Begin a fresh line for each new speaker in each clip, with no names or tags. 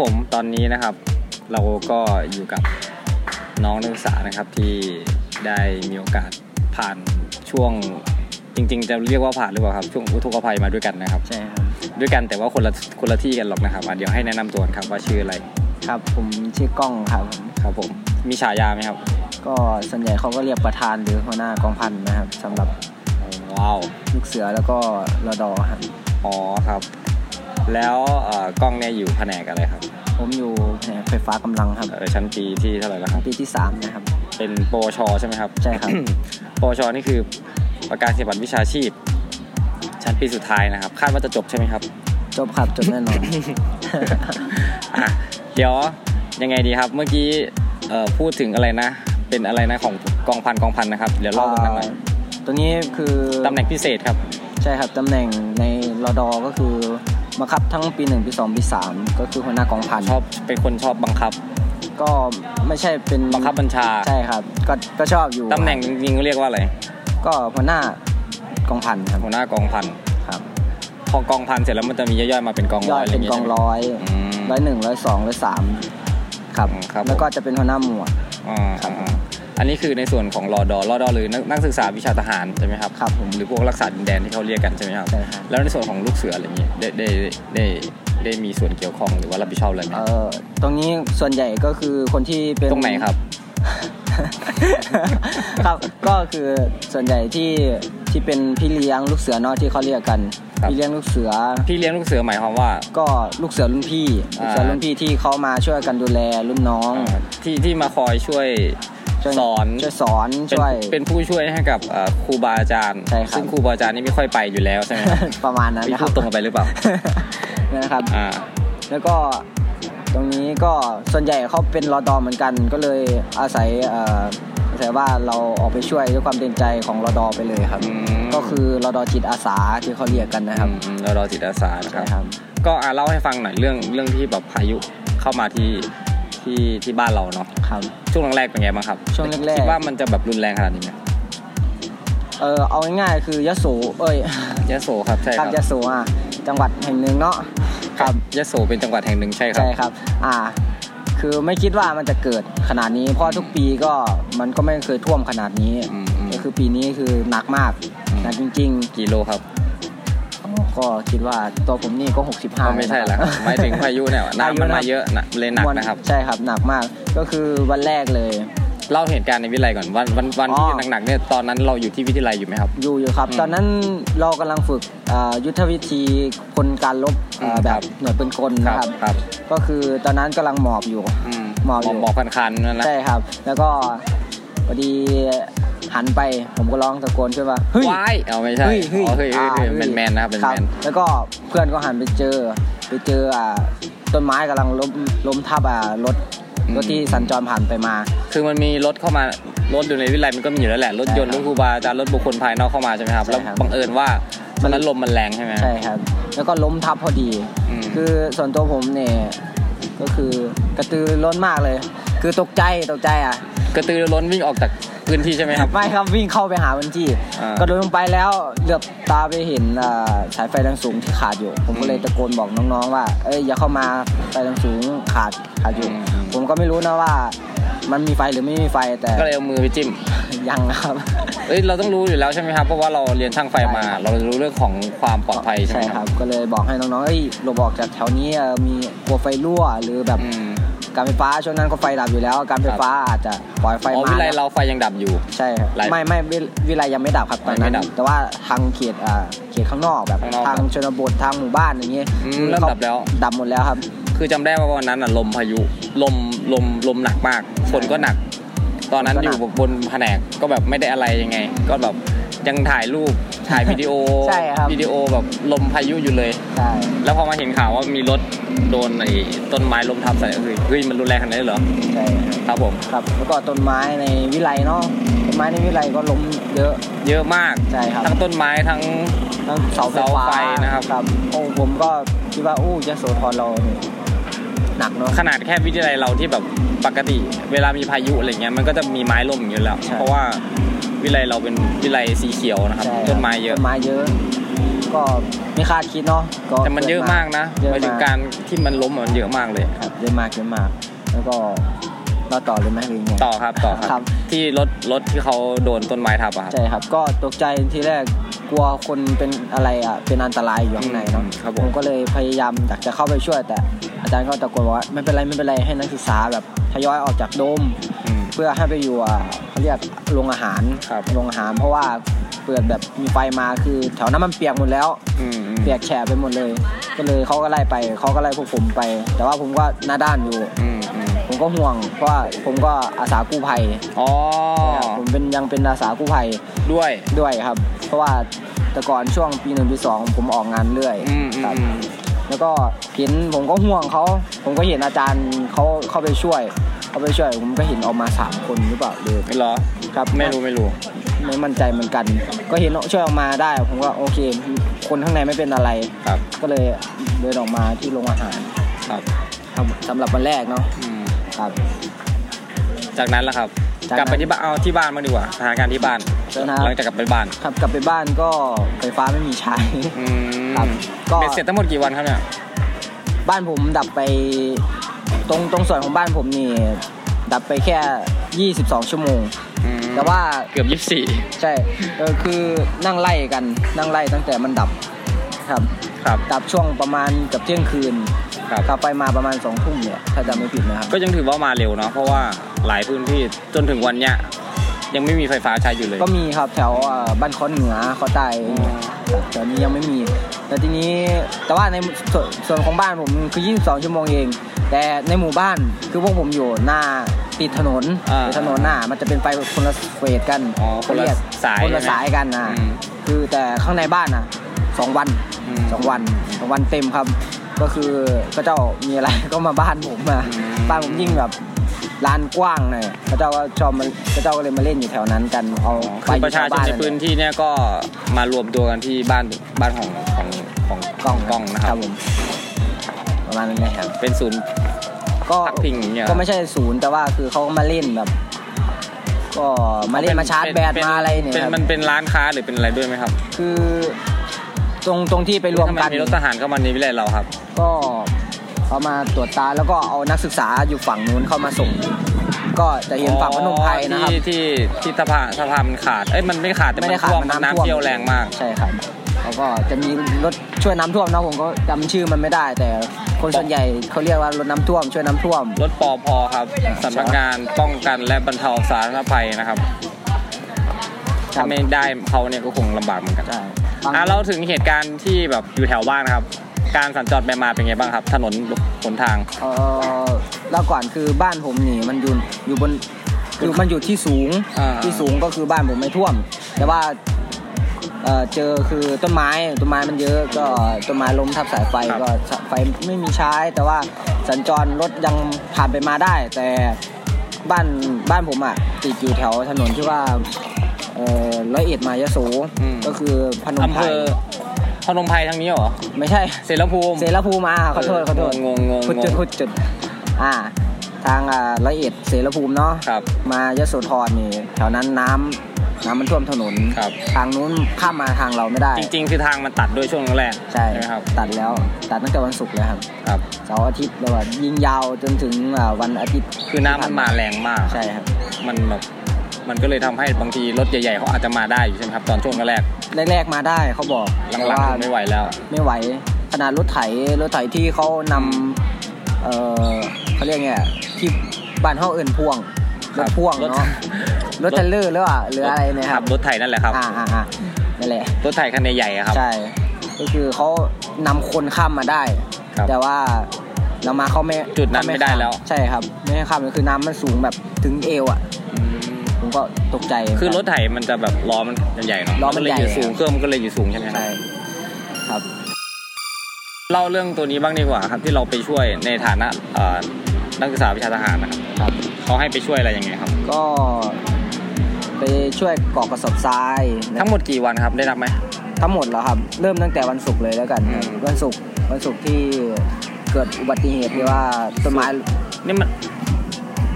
ผมตอนนี้นะครับ เราก็อยู่กับน้องนักศึกษานะครับที่ได้มีโอกาสผ่านช่วงจริง ๆ จะเรียกว่าผ่านหรือเปล่าครับช่วงอุทกภัยมาด้วยกันนะครับ
ใช่ครับ
ด้วยกันแต่ว่าคนละคนละที่กันหรอกนะครับอ่ะเดี๋ยวให้แนะนำตัวกันครับว่าชื่ออะไร
ครับผมชื่อกล้องครับผม
ครับผมมีฉายาไหมครับ
ก็ส่วนใหญ่เขาก็เรียกประธานหรือหัวหน้ากองพันนะครับสำหรับ
ว้าว
ลูกเสือแล้วก็ระดอครับ
อ๋อครับ แล้วเอ่อกล้องเนี่ยอยู่แผนกอะไรครับ
ผมอยู่แผนกไฟฟ้ากำลังครับ
เอ่อชั้นปีที่เท่าไหร่แล้วครับ
ปีที่สามนะครับ
เป็นปวชใช่ไหมครับ
ใช่ครับ
ปวชนี่คือประกาศนียบัตรวิชาชีพ ชั้นปีสุดท้ายนะครับ คาดว่าจะจบใช่ไหมครับ
จบครับจบแน่นอน
อ่ะเดี๋ยวยังไงดีครับ เมื่อกี้เอ่อพูดถึงอะไรนะ เป็นอะไรนะของกองพันกองพันนะครับ เดี๋ยว เล่าตรงนั้นหน่อย
ตัวนี้คือ
ตำแหน่งพิเศษครับ
ใช่ครับตำแหน่งในรอดอก็คือบังคับทั้งปีหนึ่งปีสองปีสามก็คือหัวหน้ากองพัน
ชอบเป็นคนชอบบังคับ
ก็ไม่ใช่เป็น
บังคับบัญชา
ใช่ครับ ก็ก็ชอบอยู่
ตำแหน่งจริงๆเรียกว่าอะไร
ก็หัวหน้ากองพันครับ
หัวหน้ากองพัน
ครับ
พอกองพันเสร็จแล้วมันจะมีย่อยๆมาเป็นกอง
ย
ร้
อ
อย
ด
อะไรอ
เป็
ย่าน งเงี้ย
กอง
ใช่ไหม
ร้อย
อืม
ร้อยหนึ่งร้อยสองร้อยสามครับ
อืมครับ
แล้วก็จะเป็นหัวหน้าหมวด
อ่าอ่าอ่าอันนี้คือในส่วนของรอดอรอดอหรือนักนักศึกษาวิชาทหารใช่ไหมครับ
ครับผม
หรือพวกรักษาดินแดนที่เขาเรียกกันใช่ไหมครับ
ใช่ครับ
แล้วในส่วนของลูกเสืออะไรอย่างเงี้ยได้ได้ได้ได้มีส่วนเกี่ยวข้องหรือว่ารับผิดชอบอะไรไหม
เอ่อตรงนี้ส่วนใหญ่ก็คือคนที่เป็น
ตรงไหนครับ
ครับก็คือส่วนใหญ่ที่ที่เป็นพี่เลี้ยงลูกเสือเนอะที่เขาเรียกกัน
ครับ
พี่เลี้ยงลูกเสือ
พี่เลี้ยงลูกเสือหมายความว่า
ก็ลูกเสือรุ่นพี่
อ่า
ลูกเสือรุ่นพี่ที่เขามาช่วยกันดูแลรุ่นน้อง
อ่าที่ที่มาคอยช่วย
ช่วย
สอน
ช่วยสอน
เป็น
ช่วย
เป็นผู้ช่วยให้กับเอ่อครูบาอาจารย์
ใช่ครับ
ซึ่งครูบาอาจารย์นี่ไม่ค่อยไปอยู่แล้วใช่ไหมครับ
ประมาณนั้น
พี่
นะค
พู
รับ
ดตรงกันไปหรือเปล่า
นั่นนะครับ
อ่า
แล้วก็ตรงนี้ก็ส่วนใหญ่เขาเป็นรอดอเหมือนกัน ก็เลยอาศัยเอ่ออาศัยว่าเราออกไปช่วยด้วยความเต็มใจของรอดอไปเลยครับ
อืม
ก็คือรอดอจิตอาสาที่เขาเรียกกันนะครับ
อืมรอดอจิตอาสานะค
ใช่
รับ
ครับ
ก็อ่ะเล่าให้ฟังหน่อยเรื่องเรื่องที่แบบพายุเข้ามาที่ที่ที่บ้านเราเนาะ
ครับ
ช่วงแรกๆเป็นไงบ้างครับ
ช่วงแรกๆ
คิดว่ามันจะแบบรุนแรงขนาดนี้ไหม
เออเอาง่ายๆคือยะโสเอ้ย
ยะโสครับใช่ค
ครั
รั
บบ ยะโสอ่ะจังหวัดแห่งหนึ่งเนาะ
ครับยะโสเป็นจังหวัดแห่งหนึ่งใช่ครับ
ใช่ครับ อ่า คือไม่คิดว่ามันจะเกิดขนาดนี้ เพราะทุกปีก็มันก็ไม่เคยท่วมขนาดนี้
อืมอืม
ก็คือปีนี้คือหนักมาก
อืม
หนักจริง ๆ
กิโลครับ
ก็คิดว่าตัวผมนี่ก็ 65
ก็ไม่ใช่แล้ว ครับหมายถึงพายุเนี่ยน้ำมันมาเยอะนะเลยหนัก
วั
นะครับ
ใช่ครับหนักมาก ก็คือวันแรกเลย
เล่าเหตุการณ์ในวิทยาลัยก่อนวันวันวันที่
อ๋อ
หนักๆเนี่ยตอนนั้นเราอยู่ที่วิทยาลัยอยู่ไหมครับ
อยู่อยู่ครับ
อืม
ตอนนั้นเรากำลังฝึกอ่ายุทธวิธีคนการลบ
อืม
อ่าแบ
ครับ บ
หน่วยปืนกลนะครับ
ครับ
ก็คือตอนนั้นกำลังหมอบอยู่
อืมห
หม
ม
อ
อบ
อยู่
กหมอกคันๆนั่นนะ
ใช่ครับ แล้วก็พอดีหันไปผมก็ร้องตะโกนขึ้นว่าเฮ้ย
ว้ายเอาไม่ใช่
เฮ้ยเฮ้ย
อ๋อเฮ้ยเฮ้ยเฮ้ย
อ่าเฮ้ย
แมนๆนะครับเป็น
ครับ
แมน
แล้วก็เพื่อนก็หันไปเจอ ไปเจออ่าต้นไม้กำลังล้มล้มทับอ่ารถ
อืม
รถที่สัญจรผ่านไปมา
คือมันมีรถเข้ามารถอยู่ในวิทยาลัยมันก็มีอยู่แล้วแหละรถยนต์ร
ใช่ครับ
ถครูบาอาจารย์รถบุคคลภายนอกเข้ามาใช่ไหมครับ
ใช่
แล้ว
ครับ
บังเอิญว่าตอนนั้นลมมันแรงใช่ไหม
ใช่ครับ แล้วก็ล้มทับพอดี
อืม
คือส่วนตัวผมเนี่ยก็คือกระตือรือร้นมากเลย คือตกใจตกใจอ่ะ
กระตือรือร้นวิ่งออกจากพื้นที่ใช่ไหมครับ
ไม่ครับวิ่งเข้าไปหาวันที่
อ่าก
ระโดดลงไปแล้วเหลือบตาไปเห็นอ่าสายไฟแรงสูงที่ขาดอยู่ ผม
อื
ก็
ม
เลยตะโกนบอกน้องๆว่า เอ้ยอย่าเข้ามาไฟแรงสูงขาดขาดอยู่
อืม
ผมก็ไม่รู้นะว่า มันมีไฟหรือไม่มีไฟแต่
ก็เลยเอามือไปจิ้ม
ยังนะครับ
เอ้ยเราต้องรู้อยู่แล้วใช่ไหมครับเพราะว่าเราเรียนช่างไฟมา
ใช่ครับ
เรารู้เรื่องของความปลอดภัยใช่ไหมครับ
ก็เลยบอกให้น้องๆเอ้ยหลบออกจากแถวนี้เอ่อมีกลัวไฟรั่วหรือแบบ
อืม
การไฟฟ้าช่วงนั้นก็ไฟดับอยู่แล้ว การไฟฟ้าอาจจะปล่อยไฟ
อ๋อ
มา
วิทยาลัยเราไฟยังดับอยู่
ใช่ครับ
หลาย
ไม่ไม่วิวิไลยังไม่ดับครับตอน
ไม่
นั้น
ดับ
แต่ว่าทางเขตอ่าเขตข้างนอกแบบ
ข้างนอก
ทางชนบททางหมู่บ้านอย่างเงี้ย
อืมเริ่มดับแล้ว
ดับหมดแล้วครับ
คือจำได้ว่าวันนั้นน่ะลมพายุลมลมลมหนักมากฝนก็หนัก ตอนนั้น
ฝน
อ
ก็หนั
ยู่
ก
บนแผนกก็แบบไม่ได้อะไรยังไง ก็แบบยังถ่ายรูปถ่ายวิดีโอ
ใช่ครับ
วิดีโอแบบลมพายุอยู่เลย
ใช่
แล้วพอมาเห็นข่าวว่ามีรถโดนไอ้ต้นไม้ล้มทับใส่เฮ้ยเฮ้ยมันรุนแรงขนาดนี้เหรอ
ใช่
ครับผม
ครับแล้วก็ต้นไม้ในวิไลเนาะต้นไม้ในวิไลก็ล้มเยอะ
เยอะมาก
ใช่ครับ
ทั้งต้นไม้ทั้ง
ทั้งเสาไฟ
เสา
ฟ้า
ไฟนะครับ
โอ้ผมก็คิดว่าอู้ยโสธรเราเนี่ยหนักเนาะ
ขนาดแค่วิทยาลัยเราที่แบบปกติ เวลามีพายุอะไรเงี้ยมันก็จะมีไม้ล่มอยู่แล้ว
ใช่
เพราะว่าวิทยาลัยเราเป็นวิทยาลัยสีเขียวนะครับ
ใช่ครับ
ต้นไม้เยอะ
ต้นไม้เยอะ ก็ ไม่คาดคิดเนาะ
แต่มันเยอะมากนะ
เยอะ
หมายถึงการที่มันล้มอะมันเยอะมากเลย
ครับเยอะมากเยอะมาก แล้วก็เราต่อเลยไหมหรือยังไง
ต่อครับต่อค
ครั
รับ
บ
ที่รถรถที่เขาโดนต้นไม้ทับอะครับ
ใช่ครับ ก็ตกใจทีแรกกลัวคนเป็นอะไรอ่ะเป็นอันตรายอยู่ข้างในเนาะ
ครับผ
ผม มก็เลยพยายามอยากจะเข้าไปช่วย แต่อาจารย์ก็ตะโกนบอกว่าไม่เป็นไรไม่เป็นไรให้นักศึกษาแบบทยอยออกจากโดม
อืม
เพื่อให้ไปอยู่อ่ะเขาเรียกโรงอาหาร
ครับ
โรงอาหาร เพราะว่าเปิดแบบมีไฟมาคือ แถวนั้นมันเปียกหมดแล้ว
อืมอืม
เปียกแฉะไปหมดเลย ก็เลยเขาก็ไล่ไปเขาก็ไล่พวกผมไป แต่ว่าผมก็หน้าด้านอยู่
อืมอืม
ผมก็ห่วง เพราะว่าผมก็อาสากู้ภัย
อ๋อ
ผมเป็นยังเป็นอาสากู้ภัย
ด้วย
ด้วยครับ เพราะว่าแต่ก่อนช่วงปีหนึ่งปีสองผมออกงานเรื่อย
อืมอื
ครั
ม
บแล้วก็เห็นผมก็ห่วงเขาผมก็เห็นอาจารย์เขาเข้าไปช่วยเข้าไปช่วย ผมก็เห็นออกมาสามคนหรือเปล่าเลย
เหรอ
ครับ
ไม่รู้ไม่รู้
ไม่มั่นใจเหมือนกัน ก็เห็นช่วยออกมาได้ ผมก็โอเค คนข้างในไม่เป็นอะไร
ครับ
ก็เลยเดินออกมาที่โรงอาหาร
ครับ
ครับสำหรับวันแรกเนาะ
อืม
ครับ
จากนั้นล่ะครับ
จากนั้น
กลับไปที่บ้านเอาที่บ้านมางดีกว่าสถานการณ์ที่บ้าน
เชิญครับ
หลังจากกลับไปบ้าน
ครับกลับไปบ้านก็ไฟฟ้าไม่มีใช้
อืม
ครับก็
เป็นเสร็จทั้งหมดกี่วันครับเนี่ย
บ้านผมดับไปตรงตรงส่วนของบ้านผมนี่ ดับไปแค่ 22 ชั่วโมง
อืม
แต่ว่า
เกือบยี่สิบสี่
ใช่เออคือนั่งไล่กันนั่งไล่ตั้งแต่มันดับครับ
ครับ
ดับช่วงประมาณเกับเที่ยงคืน
ครับ
กลับไปมาประมาณ2ทุ่มเนี่ยถ้าจำไม่ผิดนะครับ
ก็ยังถือว่ามาเร็วเนาะเพราะว่าหลายพื้นที่จนถึงวันเนี้ยยังไม่มีไฟฟ้าใช้อยู่เลย
ก็มีครับแถวเอ่อบ้านคอนเหนือคอใต้แถวนี้ยังไม่มี แต่ทีนี้แต่ว่าในส่วนส่วนของบ้านผมคือ 22 ชั่วโมงเอง แต่ในหมู่บ้านคือพวกผมอยู่หน้าติดถนนติดถนนหน้ามันจะเป็นไฟคนละเฟสกัน
อ๋อคนละ
เรียก
สาย
คนละ
ใช่ไหม
สายกันนะ
อืม
คือแต่ข้างในบ้านอ่ะสองวัน
อืม
สองวันสองวันเต็มครับ ก็คือก็เจ้ามีอะไร ก็มาบ้านผมมา
อืม
บ้านผมยิ่งแบบลานกว้างหน่อยพระเจ้าก็ชอบมันพระเจ้าก็เลยมาเล่นอยู่แถวนั้นกันเอา
อ๋อคือประชาชนในพื้นที่เนี่ยก็มารวมตัวกันที่บ้านบ้านของของของ
กล้อง
กล้องนะครับ
ผมประมาณนั้นเลยครับ
เป็นศูนย์
ก็
พักพิงอย่างเงี้ย
ก็ไม่ใช่ศูนย์แต่ว่าคือเขาก็มาเล่นแบบ ก็มาเล่นมาชาร์จแบต
เป็
มาอะไรเนี่ย
ป็
ครับ
มันเป็นร้านค้าหรือเป็นอะไรด้วยไหมครับ
คือตรงตรงที่ไปรวม
ทำไม
กัน
มีรถทหารเข้ามาในวิเลยเราครับ
ก็เอามาตรวจตาแล้วก็เอานักศึกษาอยู่ฝั่งนู้นเข้ามาส่ง ก็จะเห็นฝั่งพนมไพรนะครับ
อ๋อที่ที่ที่สะพานสะพานมันขาด เอ้ยมันไม่ขาดแต่
ไม่
มัน
ได้ขาด
ท่วม
มัน
น้ำ
น้ำท่วม
เชี่ยวแรงมาก
ใช่ครับเขาก็จะมีรถช่วยน้ำท่วมเนอะผมก็จำชื่อมันไม่ได้ แต่คนส่วนใหญ่เขาเรียกว่ารถน้ำท่วม ช่วยน้ำท่วม
รถปอพอครับสำนักงานป้องกันและบรรเทาสาธารณภัยนะครับ
ครับ
ถ้าไม่ได้เขาเนี่ยก็คงลำบากเหมือนกัน
ใช่
อ่ะ
ฝั่ง
เราถึงเหตุการณ์ที่แบบอยู่แถวบ้านครับ การสัญจรไปมาเป็นไงบ้างครับ ถนนหนทาง
เออแล้วก่อนคือบ้านผมนี่มันอยู่อยู่บนคือมันอยู่ที่สูง
อ่า
ที่สูงก็คือบ้านผมไม่ท่วม แต่ว่าเอ่อเจอคือต้นไม้ต้นไม้มันเยอะก็ต้นไม้ล้มทับสายไฟก็ไฟไม่มีใช้ แต่ว่าสัญจรรถยังผ่านไปมาได้ แต่บ้านบ้านผมอะ่ะติดอยู่แถวถนนที่ว่าเอ่อร้อยเอ็ดมายโสก็คือพนม
อำ
ไพ
เภ
ร
อพนมไพรทางนี้เหรอ
ไม่ใช่
เสรภูมิ
เสรภูมิมาขอโทษขอโทษ
งงงง
พุดจุดพุดจุดอ่า ทางอ่าร้อยเอ็ดเสรภูมิเนาะ
ครับ
มายโสธรนี่แถวนั้นน้ำน้ำมันท่วมถนน
ครับ
ทางนู้นข้ามมาทางเราไม่ได้
จริงๆ คือทางมันตัดด้วยช่วงแรก
ใช่
ไหมครับ
ตัดแล้วตัดตั้งแต่วันศุกร์แล้วครับ
ครับ
เสาร์อาทิตย์แล้วก็ยิงยาวจนถึงอ่าวันอาทิตย์
คือน้ำมันมาแรงมาก
ใช่ครับ
มันแบบมันก็เลยทำให้บางทีรถใหญ่ๆเขาอาจจะมาได้อยู่ใช่ไหมครับ ตอนช่วงแรก
แรกๆมาได้เขาบอก
ๆ
แต่
หลัง
ว่า
ๆไม่ไหวแล้ว
ไม่ไหวขนาดรถไถรถไถที่เขานำเออเขาเรียกไงที่บ้านเขาเอื่นพ่วงร
ครั
ถ
บ
พ่วง
รถ
เนาะรถเทรลเลอร์หรือว่าหรืออะไรเนี่ยครับ
รถไถนั่นแหละครับ
อ่าอ่าอ่านั่นแหละ
รถไถคันใหญ่ๆอะครับ
ใช่ ก็คือเขานำคนข้ามมาได้
ครับ
แต่ว่าเรามาเขาไม่
จุดนั้นไม่ได้
ข้า
แล้ว
ใช่ครับ ไม่ให้ข้ามเลยคือน้ำมันสูงแบบถึงเอวอ่ะ
อืม
ผมก็ตกใจ
คือรถไถมันจะแบบล้อมันใหญ่ๆเนาะ
ล้อมัน
ก็เลยอยู่
ใหญ่
สูงเครื่องมันก็เลยอยู่สูงใช่ไหมครับ
ใช่ครับ
เล่าเรื่องตัวนี้บ้างดีกว่าครับที่เราไปช่วยในฐานะเอ่อนักศึกษาวิชาทหารนะครับ
ครับ
เขาให้ไปช่วยอะไรยังไงครับ
ก็ไปช่วยกรอกกระสอบทรายนะ
ทั้งหมดกี่วันครับได้รับไหม
ทั้งหมดแล้วครับ เริ่มตั้งแต่วันศุกร์เลยแล้วกันครับ
อืม
วันศุกร์วันศุกร์ที่เกิดอุบัติเหตุที่ว่าต้นไม้
นี่มัน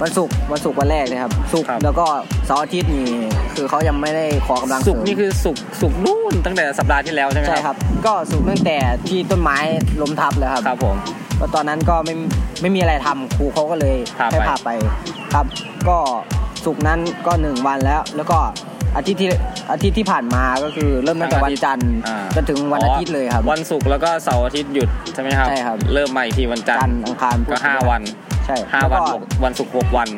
วันศุกร์วันศุกร์วันแรกนะครับศุกร์
ครับ
แล้วก็เสาร์อาทิตย์นี่ คือเขายังไม่ได้ขอกำลังเส
สุ
ริ
ก
ม
ร์นี่คือสุกร์สุกร์นู่นตั้งแต่สัปดาห์ที่แล้วใช่ไหม
ใช่ครับ ก็สูงตั้งแต่ที่ต้นไม้ล้มทับเลยครับ
ครับผม
แล้วตอนนั้นก็ไม่ไม่มีอะไรทำครูเขาก็เลย
พาไป
ให้พาไปครับ ก็สุกร์นั้นก็หนึ่งวันแล้ว แล้วก็อาทิตย์ที่อาทิตย์ที่ผ่านมาก็คือเริ่มตั้งแต่วันจันทร์
อ่า
จนถึงวันอาทิตย์เลยครับ
วันศุกร์แล้วก็เสาร์อาทิตย์หยุดใช่ไหมครับ
ใช่ครับ
เริ่มใหม่อีกทีวันจันท
จันท
ร์
ร์อังคารพุธ
ก็ห้าวัน
ใช่
ห้าวัน
แล้
บ
ก็
วกวันศุกร์หกวัน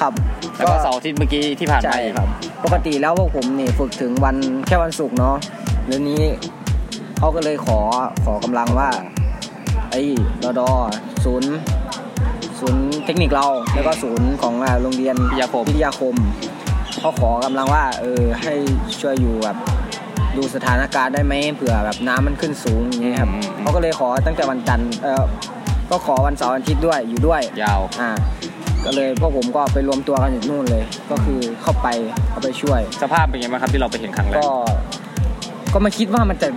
ครับ
แล้วก็เสาร์อาทิตย์เมื่อกี้ที่ผ่าน
ใช่
มาอีก
ครับ ปกติแล้วพวกผมนี่ฝึกถึงวันแค่วันศุกร์เนาะเดี๋ยวนี้เขาก็เลยขอขอกำลังว่า ไอ้รอดอศูนย์ศูนย์เทคนิคเรา แล้วก็ศูนย์ของอ่าโรงเรียน
พิทยาคม
พิทยาคมเขาขอกำลังว่า เออ ให้ช่วยอยู่แบบดูสถานการณ์ได้ไหมเผื่อแบบน้ำมันขึ้นสูงอย่างเงี้ยครับ
อืมอืม
เขาก็เลยขอตั้งแต่วันจันทร์เออก็ขอวันเสาร์วันอาทิตย์ด้วยอยู่ด้วย
ยาว
อ่า ก็เลยพวกผมก็ไปรวมตัวกันอยู่นู่นเลย ก็คือเข้าไปเข้าไปช่วย
สภาพเป็นไงบ้างครับที่เราไปเห็นครั้งแรก
ก็ ก็ไม่คิดว่ามันจะ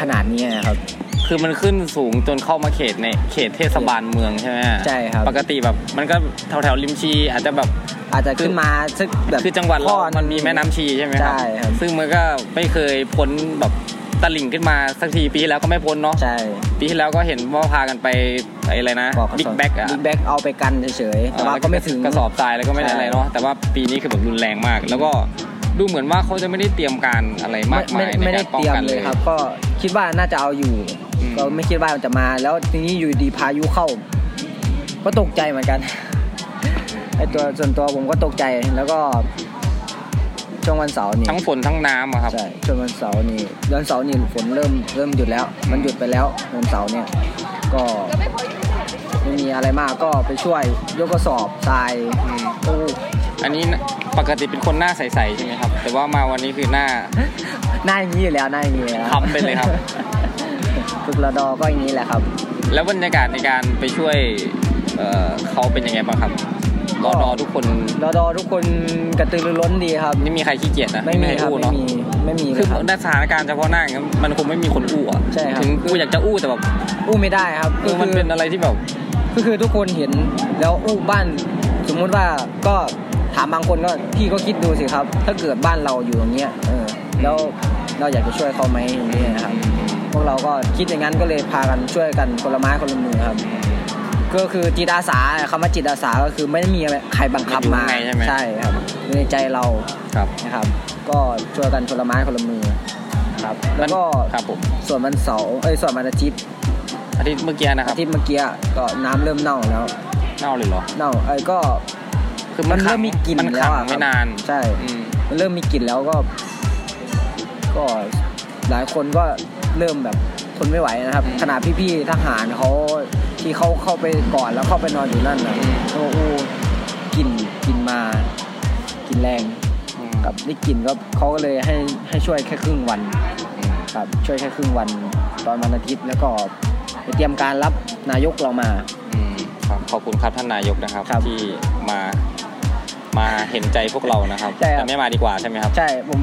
ขนาดนี้นะครับ
คือมันขึ้นสูงจนเข้ามาเขตในเขตเทศบาลเมืองใช่ไหม
ใช่ครับ
ปกติแบบมันก็แถวแถวๆริมชีอาจจะแบบ
อาจจะขึ้นมาสักแบบ
คือจังหวัดเรา
ข้อ
มันมีแม่น้ำชีใช่ไหมครับ
ใช่ครับ
ซึ่งมันก็ไม่เคยพ้นแบบตลิ่งขึ้นมาสักทีปีที่แล้วก็ไม่พ้นเนาะ
ใช่
ปีที่แล้วก็เห็นว่าพากันไปไอ้อะไรนะ
บอกระส
บิ๊กแบ็กอะ
บิ๊กแบ็กเอาไปกันเฉยๆ แต่ว่าก็ไม่ถึง
กระสอบทรายแล้วก็ไม่ได้อะไรเนาะ แต่ว่าปีนี้คือแบบรุนแรงมาก แล้วก็ดูเหมือนว่าเขาจะไม่ได้เตรียมการอะไรมากมายใน
ไม่
กา
ได้
รป้อง
เตรียม
กัน
เล
เลย ย
ครับ ก็คิดว่าน่าจะเอาอยู่
อืม
ก็ไม่คิดว่ามันจะมา แล้วทีนี้อยู่ดีพายุเข้า ก็ตกใจเหมือนกัน ไอตัวส่วนตัวผมก็ตกใจ แล้วก็ช่วงวันเสาร์นี่
ทั้งฝนทั้งน้ำอะครับ
ใช่ช่วงวันเสาร์นี่วันเสาร์นี่ฝนเริ่มเริ่มหยุดแล้ว มันหยุดไปแล้ววันเสาร์เนี่ย ก็ไม่มีอะไรมาก ก็ไปช่วยยกกระสอบทราย
อืม
โอ้
อันนี้ปกติเป็นคนหน้าใสๆใช่ไหมครับ แต่ว่ามาวันนี้คือหน้า
หน้าอย่างนี้อยู่แล้วหน้าอย่างนี้อยู่แล้ว
ทำไปเลยครับ
ฝึกระดอก็อย่างนี้แหละครับ
แล้วบรรยากาศในการไปช่วยเอ่อเขาเป็นยังไงบ้างครับรอดอทุกคน
ระดอทุกคนกระตือรือร้นดีครับ
ไม่มีใครขี้เกียจนะ
ไม่มีครับ
อู้
ไม่
เนาะ
มีไม่มีเล
คือย
ครับ
ในสถานการณ์เฉพาะหน้าอย่างนั้นมันคงไม่มีคนอู้อ่ะ
ใช่ครับ
ถึงกูอยากจะอู้แต่แบบ
อู้ไม่ได้ครับ
เออมันเป็นอะไรที่แบบ
ก็คือทุกคนเห็นแล้วอู้บ้าน สมมุติว่าก็ถามบางคนก็พี่ก็คิดดูสิครับ ถ้าเกิดบ้านเราอยู่ตรงเนี้ยเออแล้วเราอยากจะช่วยเขาไหมอย่างเงี้ยครับพวกเราก็คิดอย่างนั้นก็เลยพากันช่วยกันคนละไม้คนละมือครับ ก็คือจิตอาสาคำว่าจิตอาสาก็คือไม่ได้มีใครบังคับมา
อยู่ข้างในใช่ไหม
ใช่ครับอยู่ในใจเรา
ครับ
นะครับก็ช่วยกันคนละไม้คนละมือครับแล้วก็
ครับผม
ส่วนวันเสาร์เอ้ยส่วนวันอาทิตย์
อาทิตย์เมื่อกี้นะครั
อา
บ
ทิตย์เมื่อกี้ก็น้ำเริ่มเน่าแล้ว
เน่าเลยเหรอ
เน่าเอ้ยก็
คือมัน
มันเริ่ม
ขัง
มีกลิ่น
มัน
แล้
ขั
ว
ง
อะครับ
ไม่นาน
ใช่
อืม
มันเริ่มมีกลิ่นแล้วก็ ก็หลายคนก็เริ่มแบบทนไม่ไหวนะครับ ขนาดพี่ๆทหารเขาที่เขาเข้าไปก่อนแล้วเข้าไปนอนอยู่นั่นนะโอ้โหกลิ่นกลิ่นมากลิ่นแรง
อืม
ครับได้กลิ่นก็เขาก็เลยให้ให้ช่วยแค่ครึ่งวัน
อืม
ครับช่วยแค่ครึ่งวันตอนวันอาทิตย์แล้วก็ไปเตรียมการรับนายกเรามา
อืมครับขอบคุณครับท่านนายกนะครับ
ครับ
ที่มามาเห็นใจพวกเรานะครับ
ใช่ครับ
แต่ไม่มาดีกว่าใช่ไหมครับ
ใช่ผม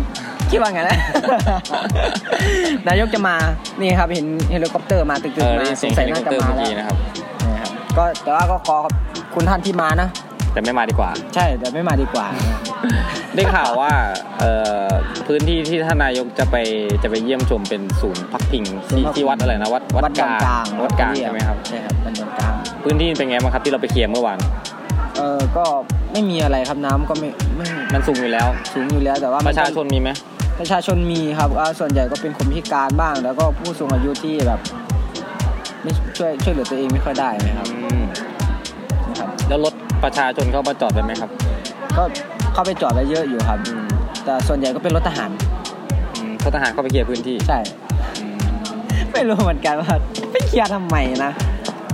คิดว่าไงนะ นายกจะมานี่ครับเห็นเฮลิคอปเตอร์มาตึก
เออ
ๆมา
ได้ยิน
ส
เสีย
ง
งเฮ
สัย
ลิค
น่า
อป
จะ
เตอร์
มา
เมื่อกี้
แล้ว
นะครับ
นะครับก็แต่ว่าก็ขอขอบคุณท่านที่มานะ
แต่ไม่มาดีกว่า
ใช่แต่ไม่มาดีกว่า
ได้ข่าวว่าเอ่อพื้นที่ที่ท่านนายกจะไปจะไปเยี่ยมชมเป็นศูนย์พักพิง
ศูนย์
ที่
พักพิง
ที่วัดอะไรนะวัด
วัดกลาง
วัดกลางใช่ไหมครับ
ใช่ครับวัดกลาง
พื้นที่เป็นไงบ้างครับที่เราไปเคลียร์เมื่อวาน
เออก็ไม่มีอะไรครับน้ำก็ไม่ไม่
มันสูงอยู่แล้ว
สูงอยู่แล้วแต่ว่า
ป
มั
ระ
ก็
ชาชนมีไหม
ประชาชนมีครับอ่าส่วนใหญ่ก็เป็นคนพิการบ้าง แล้วก็ผู้สูงอายุที่แบบ ไม่ช่วยช่วยเหลือตัวเองไม่ค่อยได้นะครับ
อืม
นะครับ
แล้วรถประชาชนเข้ามาจอดไปไหมครับ
ก็เข้าไปจอดไว้เยอะอยู่ครับ แต่ส่วนใหญ่ก็เป็นรถทหาร
อืมเพราะทหารเข้าไปเคลียร์พื้นที่
ใช่
อืม
ไม่รู้เหมือนกันว่าไปเคลียร์ทำไมนะ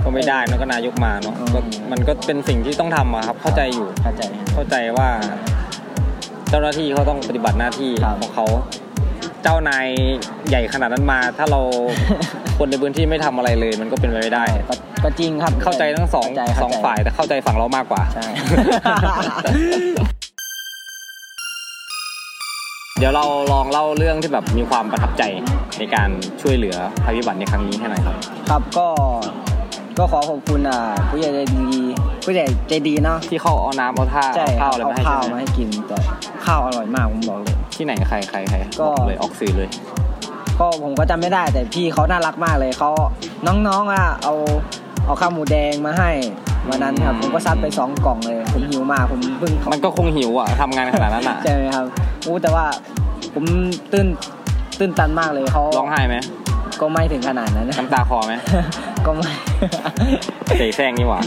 ก็ไม่ได้เนอะก็นายกมาเนาะ
อืม
ก็มันก็เป็นสิ่งที่ต้องทำอะครับ เข้าใจอยู่
เข้าใจ
เข้าใจว่า เจ้าหน้าที่เขาต้องปฏิบัติหน้าที่
ครับ
ของเขา เจ้านายใหญ่ขนาดนั้นมา ถ้า เราคนในพื้นที่ไม่ทำอะไรเลย มันก็เป็นไปไม่ได้
ก็ก็จริงครับ
เข้าใจทั้งสอง
เข้าใจเข้
สอง
ใจ
ฝ่ายแต่เข้าใจฝั่งเรามากกว่า
ใช่
เดี๋ยวเราลองเล่าเรื่องที่แบบมีความประทับใจในการช่วยเหลือภัยพิบัติในครั้งนี้ให้หน่อยครับ
ครับก็ก็ขอขอบคุณอ่าผู้ใหญ่ใจดี ผู้ใหญ่ใจดีเนาะ
ที่เขาเอาน้ำเอาท่า
ใช่
เอาข้าวอะไรมา
เอา
ให้
ข้าว
ใช่ไห
มาม ให้กินแต่ข้าวอร่อยมากผมบอกเลย
ที่ไหนใครใครใคร
ก็
บอกเลยออกสื่อเลย
ก็ผมก็จำไม่ได้แต่พี่เขาน่ารักมากเลยเขาน้องๆอ่ะเอาเอาข้าวหมูแดงมาให้วันนั้นครับ
อืม
ผมก็ซัดไปสองกล่องเลย ผมหิวมากผมเพิ่งเขา
มันก็คงหิวอ่ะทำงานขนาดนั้นอ่ะ
ใช่ไหมครับอู้แต่ว่าผมตื้นตื้นตันมากเลยเขา
ร้องไห้ไหม
ก็ไม่ถึงขนาดนั้น นะ
น้ำตาคลอไหม
ก็ไม่
เจ๊แซงนี่หว่า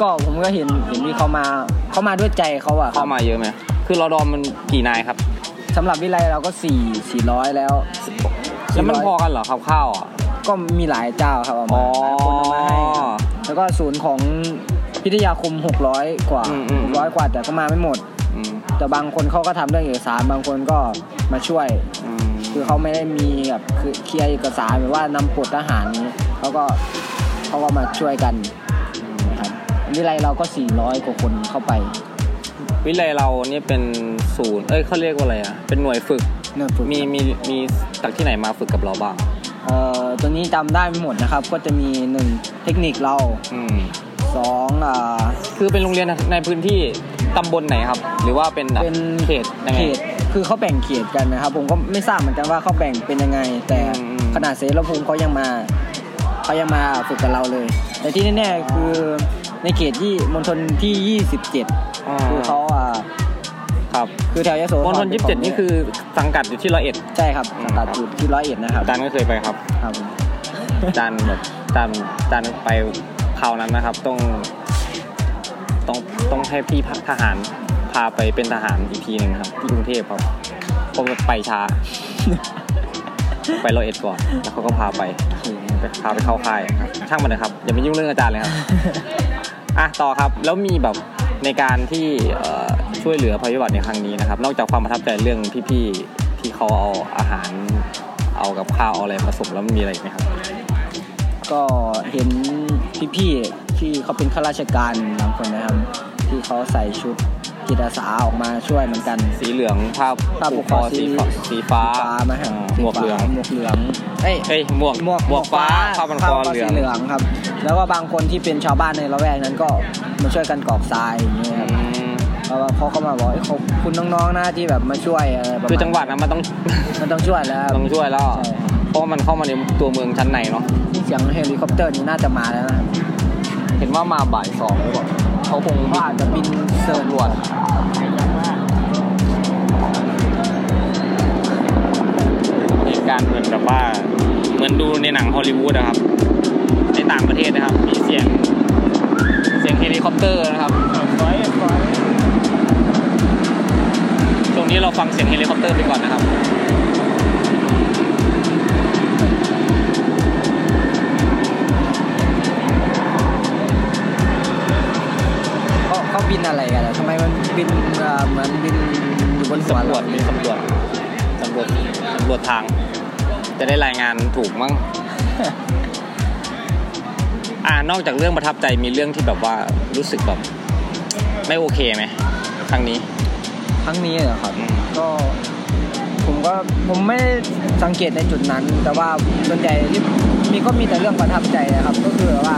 ก็ผมก็เห็นเห็นที่เขามาเขามาด้วยใจเขาอะครั
เข้า
บ
มาเยอะไหมคือรอดอมมันกี่นายครับ
สำหรับวิไลเราก็สี่สี่ร้อยแล้ว
แล้วมันพอกันเหรอครับข้าวอ่ะ
ก็มีหลายเจ้าครับเอา
อ๋
มา
อ
หลายคนเอามาให้ครับ แล้วก็ศูนย์ของพิทยาคม 600 กว่า
อืมอืม
600 กว่าแต่ก็มาไม่หมด
อืม
แต่บางคนเขาก็ทำเรื่องเอกสารบางคนก็มาช่วย
อืม
คือเขาไม่ได้มีแบบคือเคลียร์เอกสารหรือว่านำปลดทหารนี้เขาก็เขาก็มาช่วยกันนะครับวิไลเราก็ 400 กว่าคนเข้าไป
วิเลยเราเนี่ยเป็นศูนย์เอ้ยเขาเรียกว่าอะไรอ่ะเป็นหน่วยฝึก
เนื่อฝึก
มีมีมีจากที่ไหนมาฝึกกับเราบ้าง
เอ่อตัวนี้จำได้ไม่หมดนะครับ ก็จะมี 1 เทคนิคเรา
อืม
2อ่า
คือเป็นโรงเรียนในพื้นที่ตำบลไหนครับ หรือว่าเป็นแบบ
เป็น
เขตยังไง
เขตคือเขาแบ่งเขตกันนะครับ ผมก็ไม่ทราบเหมือนกันว่าเขาแบ่งเป็นยังไง แต่
อืม
ขนาดเสรภูมิเขายังมาเขายังมาฝึกกับเราเลย แต่ที่แน่ๆคือในเขตที่มณฑลที่ 27
อ๋อ
คือเขาอ่า
ครับ
คือแถวยโสธร
มณฑลยี่สิบเจ็ดนี่คือสังกัดอยู่ที่ร้อยเอ็ด
ใช่ครับ
อืม
ตัดจุดที่ร้อยเอ็ดนะครับ
จานก็เคยไปครับ
ครับผม
จานแบบจานจานไปคราวนั้นนะครับ ต้อง ต้องต้องให้พี่ทหารพาไปเป็นทหารอีกทีหนึ่งครับที่กรุงเทพครับผมไปช้า ไปร้อยเอ็ดก่อน แล้วเขาก็พาไป
โอเค
ไปพาไปเข้าค่ายครับช่างมันนะครับอย่าไปยุ่งเรื่องอาจารย์เลยครับ อ่ะต่อครับแล้วมีแบบในการที่เอ่อช่วยเหลือภัยพิบัติในครั้งนี้นะครับ นอกจากความประทับใจเรื่องพี่ๆที่เขาเอาอาหารเอากับข้าวเอาอะไรมาส่งแล้วมันมีอะไรอีกไหมครับ
ก็เห็นพี่ๆที่เขาเป็นข้าราชการบางคนนะครับ ที่เขาใส่ชุดจิตอาสาออกมาช่วยเหมือนกัน
สีเหลืองผ้า
ผ้า
ผูกค
ผูกค
อ
อ
สี
สี
ฟ้าสีฟ้า
มาฮะ
อ่าหมวกเหลือง
หมวกเหลืองเอ้ย
เอ้ยหมวก
หมวก
หมวกฟ้าผ้าพันคอเหลือง
สีเหลืองครับ แล้วก็บางคนที่เป็นชาวบ้านในละแวกนั้นก็มาช่วยกันกรอกทรายอย่างเงี้ย
อื
ครับ
ม
เพราะว่าเขาก็มาบอกเอ้ยขอบคุณน้องๆนะที่แบบมาช่วยอะไรประมาณ
คือจังหวัดนะมันต้อง
มันต้องช่วยแล้วครับ
ต้องช่วยแล้ว
ใช่ครับ
เพราะมันเข้ามาในตัวเมืองชั้นในเนาะ
นี่เสียงเฮลิคอปเตอร์นี่น่าจะมาแล้วนะครับ
เห็นว่ามาบ่ายสองหรือเปล่าเขาคง
เพราะอาจจะบินเซิร์ฟ
ตรวจ เหตุการณ์เหมือนแบบว่าเหมือนดูในหนังฮอลลีวูดนะครับ ในต่างประเทศนะครับ มีเสียง เสียงเฮลิคอปเตอร์นะครับตรงนี้เราฟังเสียงเฮลิคอปเตอร์ไปก่อนนะครับ
เขาเขาบินอะไรกันอะทำไมมันบินเอ่อเหมือนบินอยู่บนหัว
สำรว
เรา
จมีสำรวจสำรวจสำรวจทาง จะได้รายงานถูกมั้ง อ่านอกจากเรื่องประทับใจมีเรื่องที่แบบว่ารู้สึกแบบ ไม่โอเคไหมครั้งนี้
ครั้งนี้เหรอครับ
อืม
ก็ผมก็ผมไม่ได้สังเกตในจุดนั้น แต่ว่าส่วนใหญ่ที่มีก็มีแต่เรื่องประทับใจนะครับ ก็คือว่า